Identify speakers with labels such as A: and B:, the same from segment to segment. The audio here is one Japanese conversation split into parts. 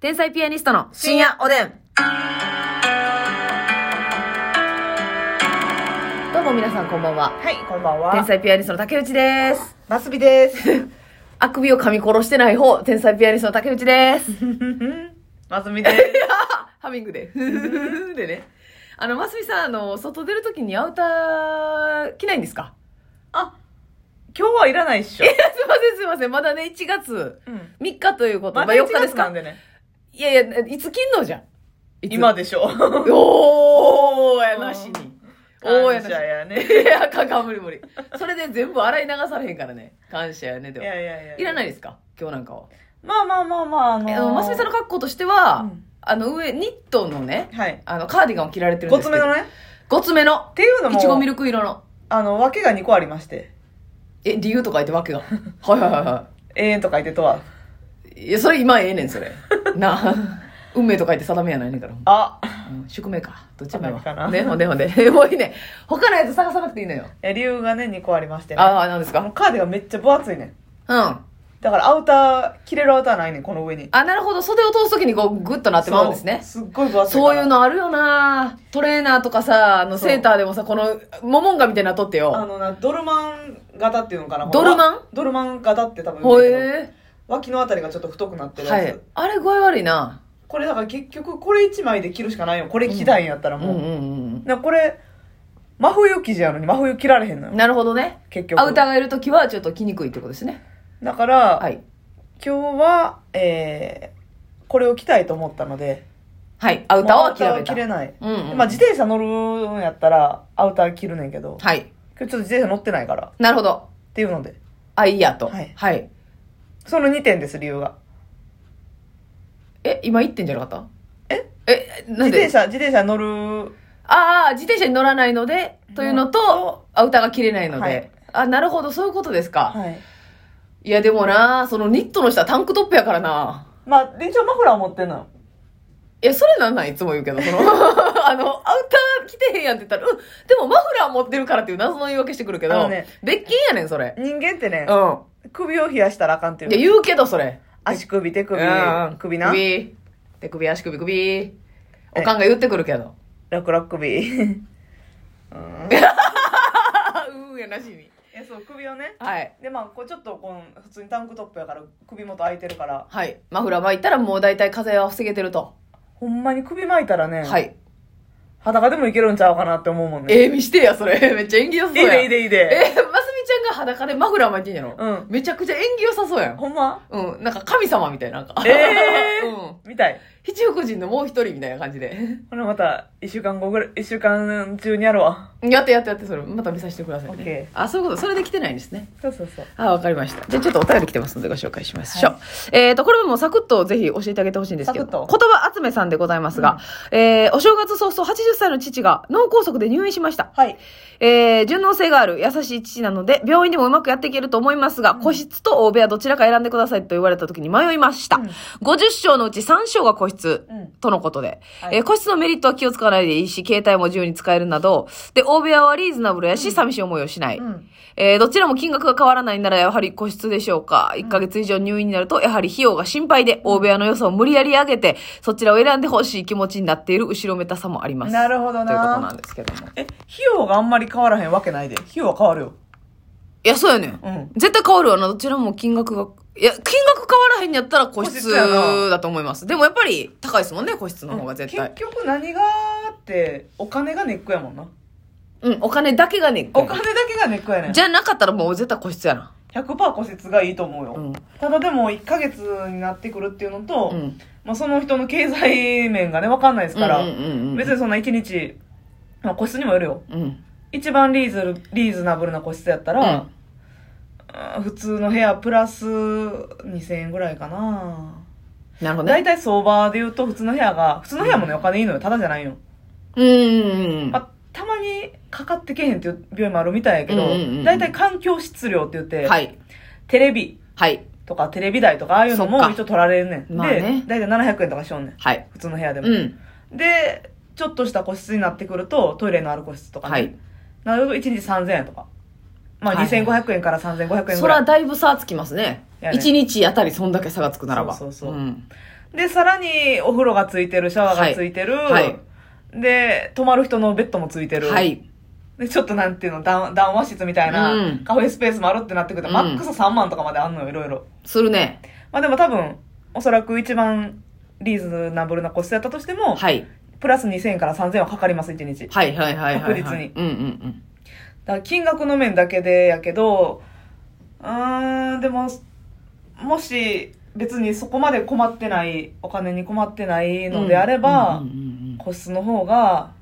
A: 天才ピアニストの深夜おでん。どうも皆さんこんばんは。
B: はい、こんばん
A: 天
B: は。
A: 才ピアニストの竹内です。
B: マス ビです。
A: あくびを噛み殺してない方、天才ピアニストの竹内です。
B: マスビです。
A: ハミングで。でね。あの、ますみさん、あの、外出るときにアウター着ないんですか
B: あ、今日はいらないっしょ。
A: いや すいません、すいません。まだね、1月
B: うん。
A: 3日ということ。
B: まだ
A: 4日
B: 4日
A: で
B: ですす
A: か
B: なんでね。
A: いやいや、いつ勤のじゃん。いつ
B: 今 でしょ。
A: おーやなしに。おーや
B: 感
A: な
B: 謝
A: し
B: やね。
A: に。いや、かかん無理無理。それで全部洗い流されへんからね。感謝やね、で
B: い
A: も。
B: やいやいや。
A: いらない
B: い。
A: ですか今日なんかは。
B: まあまあまあまあ、あの
A: え
B: ー
A: あの、ますみさんの格好としては、
B: うん
A: あの上、ニットのね、
B: はい。
A: あの、カーディガンを着られてるん
B: ご
A: です
B: つ
A: け
B: め
A: ど。
B: のね。
A: ごつめの
B: っ。ていうのも、
A: いちごミルク色の。
B: あの、訳が2個ありまして。
A: え、理由とか言ってわけが。はいはいはいは
B: 永遠と書いてとは。
A: い。いや、それ今ええねん、そ れ。なあ。運命とか言って定めやないねんから。
B: あ、
A: うん宿命か。どっちもやわ
B: 定めかな
A: ね、ほんで ほんで。もういいね。他のやつ探さなくていいのよ。
B: え理由がね、2個ありましてね。
A: ああ、なんです
B: も
A: か
B: うカーディがめっちゃ分厚いねん。
A: うん。あ、
B: だからアウター、着れるアウターないねん、この上に。
A: なるほど。袖を通すときにこう、グッとなってまうんですね。
B: そうすっごい分厚いから。
A: そういうのあるよなトレーナーとかさ、あの、
B: そう
A: セーターでもさ、この、モモンガみたいになっとって
B: あ
A: よ。
B: のな、ドルマン型っていうのかな
A: ドルマン
B: このドルマン型って多分言
A: ほ
B: う
A: え
B: けど脇のあたりがちょっと太くなってるや
A: は
B: つ。
A: い。あれ具合悪いな
B: これだから結局これ一枚で着るしかないよ。これ着たいんやったら
A: うん
B: も
A: う
B: う。
A: ん
B: なこれ、真冬生地やのに真冬着られへんの
A: うん。
B: よ。
A: なるほどね。
B: 結局。
A: アウターがいるときはちょっと着にくいってことですね。
B: だから、
A: はい。
B: 今日は、えー、これを着たいと思ったので、
A: はい。アウター
B: もう
A: は諦め
B: 着れ
A: た。
B: ない。
A: うんうん
B: まあ自転車乗るんやったらアウター着るねんけど、
A: はい。
B: 今日ちょっと自転車乗ってないから、
A: なるほど。
B: っていうので。
A: あ、いいやと。
B: はい
A: はい。
B: その2点です、理由が。
A: え、今1点じゃなかった
B: え
A: え、
B: 自
A: なん
B: 転
A: で
B: 車、自転車乗る
A: ああ、自転車に乗らないので、というのと、アウターが切れないので。
B: はい
A: あ、なるほど、そういうことですか。
B: はい。
A: い、や、でもな、そのニットの下タンクトップやからな。
B: まあ、で一応マフラー持ってんのよ。
A: いや、それなんなんいつも言うけど、その、 あの、アウター着てへんやんって言ったら、うん、でもマフラー持ってるからっていう謎の言い訳してくるけ
B: あ
A: ど、
B: のね
A: 別件やねん、それ。
B: 人間ってね
A: う、ん。
B: 首を冷やしたらあかんって
A: いや、
B: いう。
A: 言うけど、それ。
B: 足首、手首
A: うん、
B: 首な。
A: 首。手首、足首、首。おかんが言ってくるけ ど。
B: 楽々 首。うん。
A: あうんやなしに。
B: え、そう、首をね。
A: はい。
B: で、まあ、こうちょっとこう、普通にタンクトップやから、首元空いてるから、
A: はい。マフラー巻いたらもう大体風は防げてると。
B: ほんまに首巻いたらね、
A: はい。
B: 裸でもいけるんちゃうかなって思うもんね。
A: ええ見してや、それ。 めっちゃ演技良さそう
B: いい
A: やん。
B: でいいでいいで。
A: え、ますみちゃんが裸でマフラー巻いてんやろ
B: うん
A: めちゃくちゃ演技良さそうやん。
B: ほんま
A: うん。なんか神様みたいな。なんか。
B: え え
A: うん。
B: みたい。
A: 七福神のもう一人みたいな感じで。
B: これまた、一週間後ぐらい、一週間中にやるわ。
A: やってやってやって、それ。また見させてください、ね。
B: オッケ
A: あ、そういうこと。それで来てないんですね。
B: そうそうそう。
A: あ、わかりました。じゃあちょっとお便り来てますのでご紹介しましょう。えっ、と、これはもうサクッとぜひ教えてあげてほしいんですけど、
B: サクッ
A: 言
B: と
A: 葉集めさんでございますが、えーお正月早々80歳の父が脳梗塞で入院しました。
B: はい。
A: えー順応性がある優しい父なので、病院でもうまくやっていけると思いますが、個室と大部屋どちらか選んでくださいと言われた時に迷いました。
B: うん
A: 50章のうち3章が個室。
B: うん。
A: とのことで、
B: はい
A: えー個室のメリットは気を使わないでいいし、携帯も自由に使えるなど、で、大部屋はリーズナブルやし、寂しい思いをしない。
B: うん。
A: えーどちらも金額が変わらないならやはり個室でしょうか。1ヶ月以上入院になると、やはり費用が心配で、大部屋の良さを無理やり上げて、そちらを選んでほしい気持ちになっている後ろめたさもあります。
B: なるほどな
A: ということなんですけども。
B: え、費用があんまり変わらへんわけないで。費用は変わるよ。
A: いや、そうやねん。
B: うん。
A: 絶対変わるよな。どちらも金額が。いや、金額変わらへんやったら個
B: 個
A: 室
B: 室やな
A: だと思います。でもやっぱり高いですもんね、個室の方が絶対
B: 結。局何があって、お金がネックやもんな。
A: うん、お金だけがね、
B: お金だけがネックやねん。
A: じゃなかったらもう絶対個室やな。
B: 100%個室がいいと思うよ。
A: うん。
B: ただでも1ヶ月になってくるっていうのと、
A: うん。
B: まあ、その人の経済面がね、わかんないですから、
A: うんうんうんうん
B: 別にそんな1日、まあ、個室にもよるよ。
A: うん。
B: 一番リーズリーズナブルな個室やったら、うん普通の部屋プラス2000円ぐらいかな。
A: なるほどね。
B: 大体相場で言うと普通の部屋が、普通の部屋もね、お金いいのよ。ただじゃないよ。
A: うんうんうん。
B: まあ、たまにかかってけへんっていう病院もあるみたいやけど
A: うんうんうんうん、
B: 大体環境質量って言って、
A: はい。
B: テレビ
A: はい。
B: とかテレビ台とかああいうの
A: そっ
B: も
A: か
B: 一応取られんねん。
A: まあね
B: で、大体700円とかしようねん。
A: はい。
B: 普通の部屋でも。
A: うん。
B: で、ちょっとした個室になってくると、トイレのある個室とかね。
A: はい。
B: なるほど、1日3000円とか。まあ、
A: はい
B: 2500円から3500円
A: そ
B: ぐら
A: ら
B: い。
A: だいぶ差つきますね。
B: やね
A: 一日あたりそんだけ差がつくならば。
B: そうそうそう
A: うん。
B: で、さらにお風呂がついてる、シャワーがついてる。
A: はい
B: で、泊まる人のベッドもついてる。
A: はい。
B: で、ちょっとなんていうの、談談話室みたいな、
A: うん
B: カフェスペースもあるってなってくると、
A: うん
B: マックス3万とかまであんのよ、いろいろ。
A: するね。
B: まあでも多分、おそらく一番リーズナブルな個室やったとしても、
A: はい。
B: プラス2000円から3000円はかかります、1日。だか
A: はいはいはいはい、はい。
B: 確実に
A: うんうん
B: ら金額の面だけでやけど、うーん、でも、もし別にそこまで困ってない、お金に困ってないうの
A: ん。
B: であれば、
A: うんうんうん
B: 個室の方が、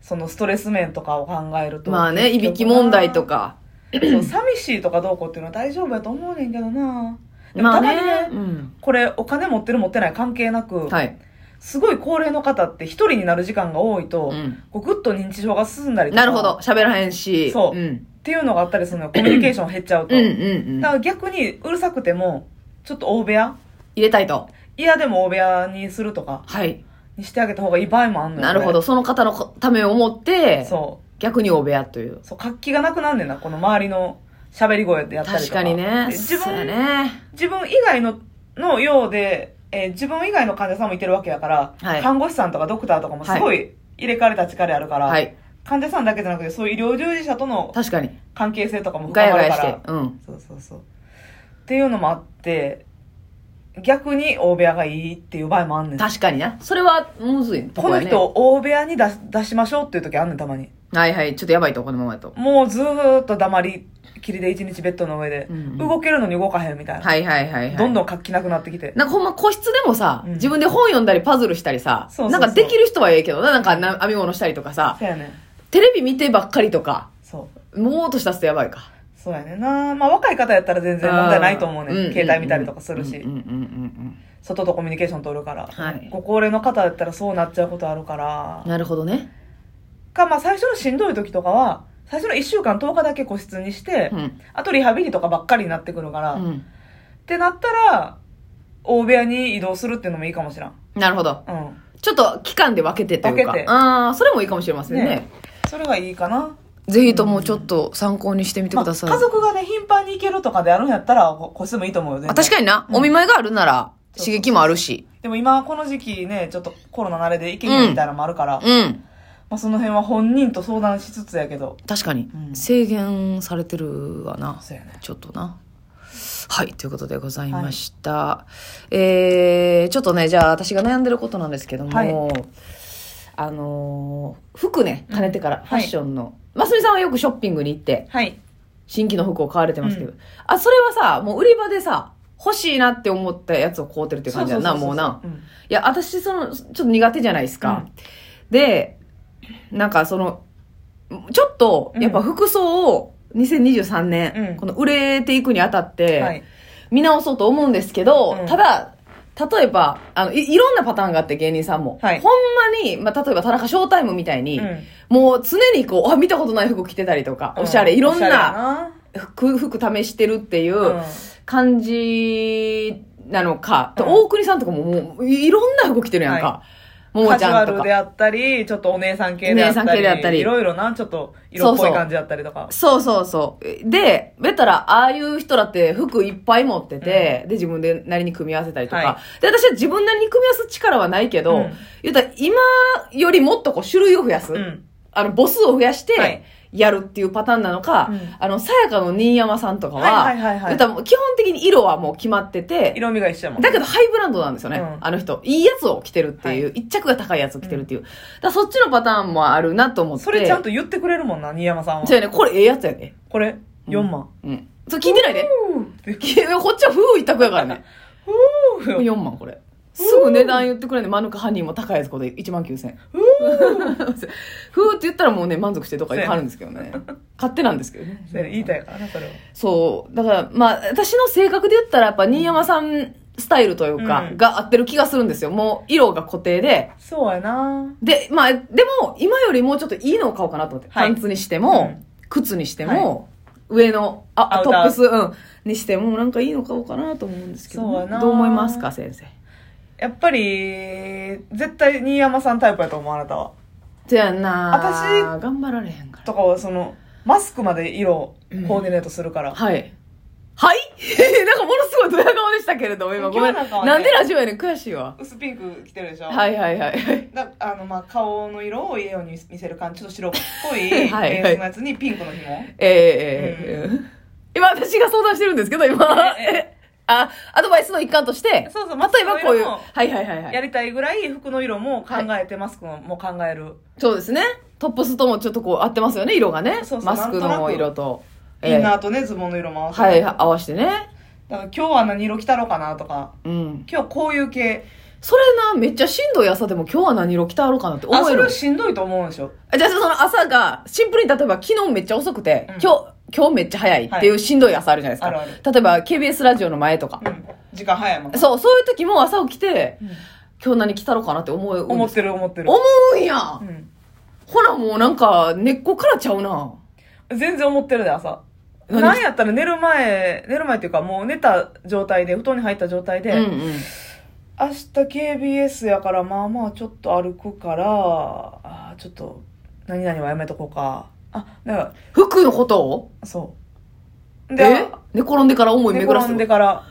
B: そのストレス面とかを考える
A: う
B: と。
A: んまあね、いびき問題と。か。
B: そう、寂しいとかどうこうっていうのは大丈夫やと思うねんけどな。でも
A: まあ
B: たま
A: ね
B: にね、
A: うん。
B: これお金持ってる持ってない関係なく、
A: はい。
B: すごい高齢の方って一人になる時間が多いと、
A: うん
B: こうぐっと認知症が進んだりとか、
A: なるほど。喋らへんし。
B: そう
A: うん。
B: っていうのがあったりするのよコミュニケーション減っちゃうと。
A: うんうん
B: だ
A: うん。
B: か
A: 入
B: ら逆にうるさくても、ちょっと大部屋
A: れたいと。
B: 嫌でも大部屋にするとか、
A: はい。
B: にしてあげた方がいい場合もあんのよ。
A: なるほど。その方のこためを思っ
B: これ。
A: て、
B: そう。
A: 逆にお部屋という。
B: そう、活気がなくなんねんな、この周りの喋り声でやったりと
A: 確
B: か。
A: かにね。
B: で自
A: そうや
B: 分、
A: ね。
B: 自分以外の、のようで、えー自分以外の患者さんもいてるわけやから、
A: はい
B: 看護師さんとかドクターとかもすごい入れ替わり立ち替わりあるから、
A: はい。
B: 患者さんだけじゃなくて、そういう医療従事者との
A: 確かに。
B: 関係性とかも
A: ガ
B: 深
A: ヤ
B: ま
A: ガ
B: る
A: ヤし
B: か
A: て
B: ら。。
A: うん。
B: そうそうそう。っていうのもあって、逆に大部屋がいいっていう場合もあんねん。
A: 確かにな。それは、むずいと
B: こ
A: こ
B: の
A: やね。
B: 人を大部屋に出し出しましょうっていう時あんねん、たまに。
A: はいはい。ちょっとやばいと、このままやと。
B: もうずーっと黙りっきりで一日ベッドの上で、
A: うんうん
B: 動けるのに動かへんみたいな。
A: はいはいはいはい。
B: どんどん活気なくなってきて。
A: なんかほんま個室でもさ、
B: うん
A: 自分で本読んだりパズルしたりさ、
B: そうそうそう
A: なんかできる人はええけどな、なんかな編み物したりとかさ、
B: そうやねん。
A: テレビ見てばっかりとか、
B: そう。
A: もうとしたらやばいか。
B: そうやねんな。まあ若い方やったら全然問題ないと思うねん。携帯見たりとかするし、
A: うんうんうんうん
B: 外とコミュニケーション取るから、
A: はい
B: ご高齢の方やったらそうなっちゃうことあるから
A: うん。なるほどね。
B: か、まあ最初のしんどい時とかは、最初の1週間10日だけ個室にして、
A: うん。
B: あとリハビリとかばっかりになってくるから、
A: う
B: っ
A: ん。
B: てなったら、大部屋に移動するっていうのもいいかもしらん。
A: なるほど。
B: うん。
A: ちょっと期間で分けてというか。
B: 分けて
A: ああ、それもいいかもしれませんね。
B: ねそれがいいかな。
A: ぜひともちょっと参考にしてみて
B: ま
A: く
B: あ、家
A: ださい。
B: 族がね、頻繁に行けるとかであるんやったら、こ個室もいいと思うよ。全然
A: あ確かにな、お見舞いがあるなら刺激もあるし。
B: でも今、この時期ね、ちょっとコロナ慣れで行けへんみたいなのもあるから、
A: うん。
B: まあ、その辺は本人と相談しつつやけど。
A: 確かに、
B: うん
A: 制限されてるわな。
B: そうやね。
A: ちょっとな。はい、ということでございました。えー、ちょっとね、じゃあ私が悩んでることなんですけども、
B: はい
A: あのー服ね、兼ねてから、
B: ん
A: ファッションの。ますみさんはよくショッピングに行って、
B: はい。
A: 新規の服を買われてますけど、あ、それはさ、もう売り場でさ、欲しいなって思ったやつを買うてるっていう感じやんな、もうな。
B: ん。
A: いや、私、その、ちょっと苦手じゃないですか。で、なんかその、ちょっと、やっぱ服装を2023年、
B: うん
A: この売れていくにあたっ
B: は
A: て
B: い、
A: 見直そうと思うんですけど、
B: うん
A: ただ、例えば、あのい、いろんなパターンがあって芸人さんも。
B: はい
A: ほんまに、まあ、例えば田中ショータイムみたいに、
B: うん
A: もう常にこう、あ、見たことない服着てたりとか、おしゃれ、いろん
B: おしゃれや
A: な服、服試してるっていう、
B: な。
A: 感じなのか、と
B: うん
A: 大国さんとかももういいろんな服着てるやんか。
B: は
A: もも
B: カ
A: ち
B: ジュ
A: ゃ
B: ア
A: んと
B: ル
A: か。
B: であったり、ちょっとお姉さん系であったり、
A: お姉さん系であったり
B: いろいろな、ちょっと色っぽい感じだったりとか。
A: そうそうそう。で、べったら、ああいう人だって服いっぱい持ってて、で、自分でなりに組み合わせたりとか、
B: は
A: で、私は自分なりに組み合わす力はないけど、
B: うん
A: 言ったら今よりもっとこう種類を増やす。
B: うん。
A: あの、母数を増やし
B: はい
A: て、やるっていうパターンなのか、
B: うん
A: あの、さやかの新山さんとかは、
B: はいはいはいはい
A: 言ったらもう基本的に色はもう決まってて、
B: 色味が一緒やもん。
A: だけどハイブランドなんですよね、
B: うん
A: あの人。いいやつを着てるっていう、一着が高いやつを着てるっていう。だからそっちのパターンもあるなと思って。
B: それちゃん
A: と。
B: と言ってくれるもんな、新山さんは。
A: そうやね、これええやつやね。
B: これ、4万。
A: うん。そう聞いてないで。
B: ふ ー
A: いやこっちは風一択やからね。
B: ふー
A: 4万これ。すぐ値段言ってくれんね。マヌカハニーも高いやつこれ1万9000。ふー って言ったらもうね、満足してどっかで買うんですけどね。勝手なんですけどね。
B: そうやね言いたいからな、それは。
A: そう。だから、まあ、私の性格で言ったら、やっぱ、新山さんスタイルというか、
B: うん
A: が合ってる気がするんですよ。もう、色が固定で。
B: そうやな。
A: で、まあ、でも、今よりもうちょっといいのを買おうかなと思って。
B: はい
A: パンツにしても、靴にしても、上の、あ、
B: アウ
A: ト
B: ター
A: ップス、うん、にしても、なんかいいの買おうかなと思うんですけど、
B: そうやな
A: どう思いますか、先生。
B: やっぱり、絶対新山さんタイプやと思う、あなたは。
A: じゃあな
B: 私
A: 頑張られへんから。
B: とかは、その、マスクまで色、コーディネートするから。
A: はい。はい なんかものすごいドヤ顔でしたけれども、今ごめん。
B: 今日なんかはね
A: なんでラジオやねん悔しいわ。
B: 薄ピンク着てるでしょ
A: はいはいはい。
B: だあのまあ顔の色をいいように見せる感じちょっと白っぽい
A: は
B: ベ
A: い はい
B: ースのやつにピンクの紐
A: ええええええ今私が相談してるんですけど、今。
B: ええ
A: あ、アドバイスの一環として、
B: そうそう
A: 例えばこういう。
B: マスクの色も
A: はいはいはいは
B: や
A: い。
B: りたいぐらい服の色も考えて、マスクも考える
A: そうですね。トップスともちょっとこう合ってますよね、色がね。
B: そうそう
A: マスク
B: なんとな
A: の
B: く
A: 色と。
B: インナ
A: え
B: ーとねズボンの色も合
A: えはい、
B: わせて、だか
A: 合わせてね。
B: ら今日は何色着たろうかなとか
A: うん。
B: 今日こういう系
A: それな、めっちゃしんどい朝でも今日は何色着たろうかなって思
B: あ
A: え
B: それ
A: る
B: は。しんどいと思うんでしょ
A: あじゃあその朝が、シンプルに例えば昨日めっちゃ遅くて、
B: うん
A: 今日、今日めっちゃ早いっていうしんどい朝あるじゃないですか。
B: あるある
A: 例えば KBS ラジオの前とか。
B: うん時間早いもん、
A: そう、そういう時も朝起きて、
B: うん
A: 今日何着たろうかなって思う。
B: 思ってる思ってる
A: 思うんやん、
B: うん
A: ほなもうなんか根っこからちゃうな。
B: 全然思ってるで朝
A: 何
B: なんやったら寝る前寝る前っていうかもう寝た状態で布団に入った状態で、
A: うんうん。
B: 明日 KBS やからまあまあちょっと歩くからあーちょっと何々はやめとこうかあだか
A: 服のことを
B: らそうで
A: え寝転んでから思い
B: 寝
A: 巡ら
B: 転
A: す
B: んで。から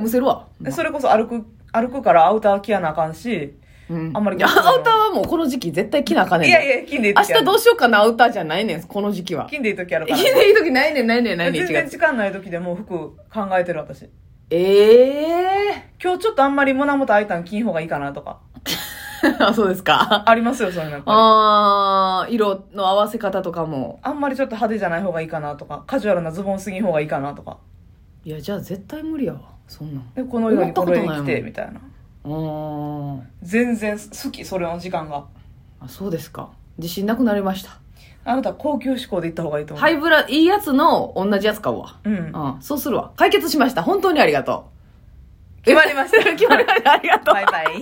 A: むせるわ。
B: でそれこそ歩く歩くからアウター着やなあかんし
A: うん、
B: あんまり
A: いやアウターはもうこの時期絶対着なあかんねん。
B: いやいや金でいい
A: 明
B: 時
A: 日どう
B: し
A: しようかな、アウターじゃないねん、この時期は。
B: 金でいい時やるか
A: 着
B: ら
A: ていい時ないねん、ないねん、ないねん、
B: 全
A: 1
B: 然
A: 月。
B: 時間ない時でもう服考えてる私
A: ええ
B: 今日ちょっとあんまり胸元開いたん着ん方がいいかなとか
A: ー。 あ、そうです か。
B: ありますよそういうのやっぱり
A: あー、色の合わせ方とかも。
B: あんまりちょっと派手じゃない方がいいかなとかカジュアルなズボンすぎん方がいいかなとか
A: いや、じゃあ絶対無理やわ。そんなん。
B: でこのようにこれ
A: 思ったことな
B: 着
A: い
B: て
A: もん
B: みたいな
A: あー。
B: 全然好きそれの時間が
A: あ、そうですか。自信なくなりました。
B: あなた高級志向で行った方がいいと思う
A: ハイブラ、いいやつの同じやつ買うわ。
B: うん
A: うん、そうするわ。解決しました。本当にありがとう。決まりました。決まりました。ありがとう。
B: バイバイ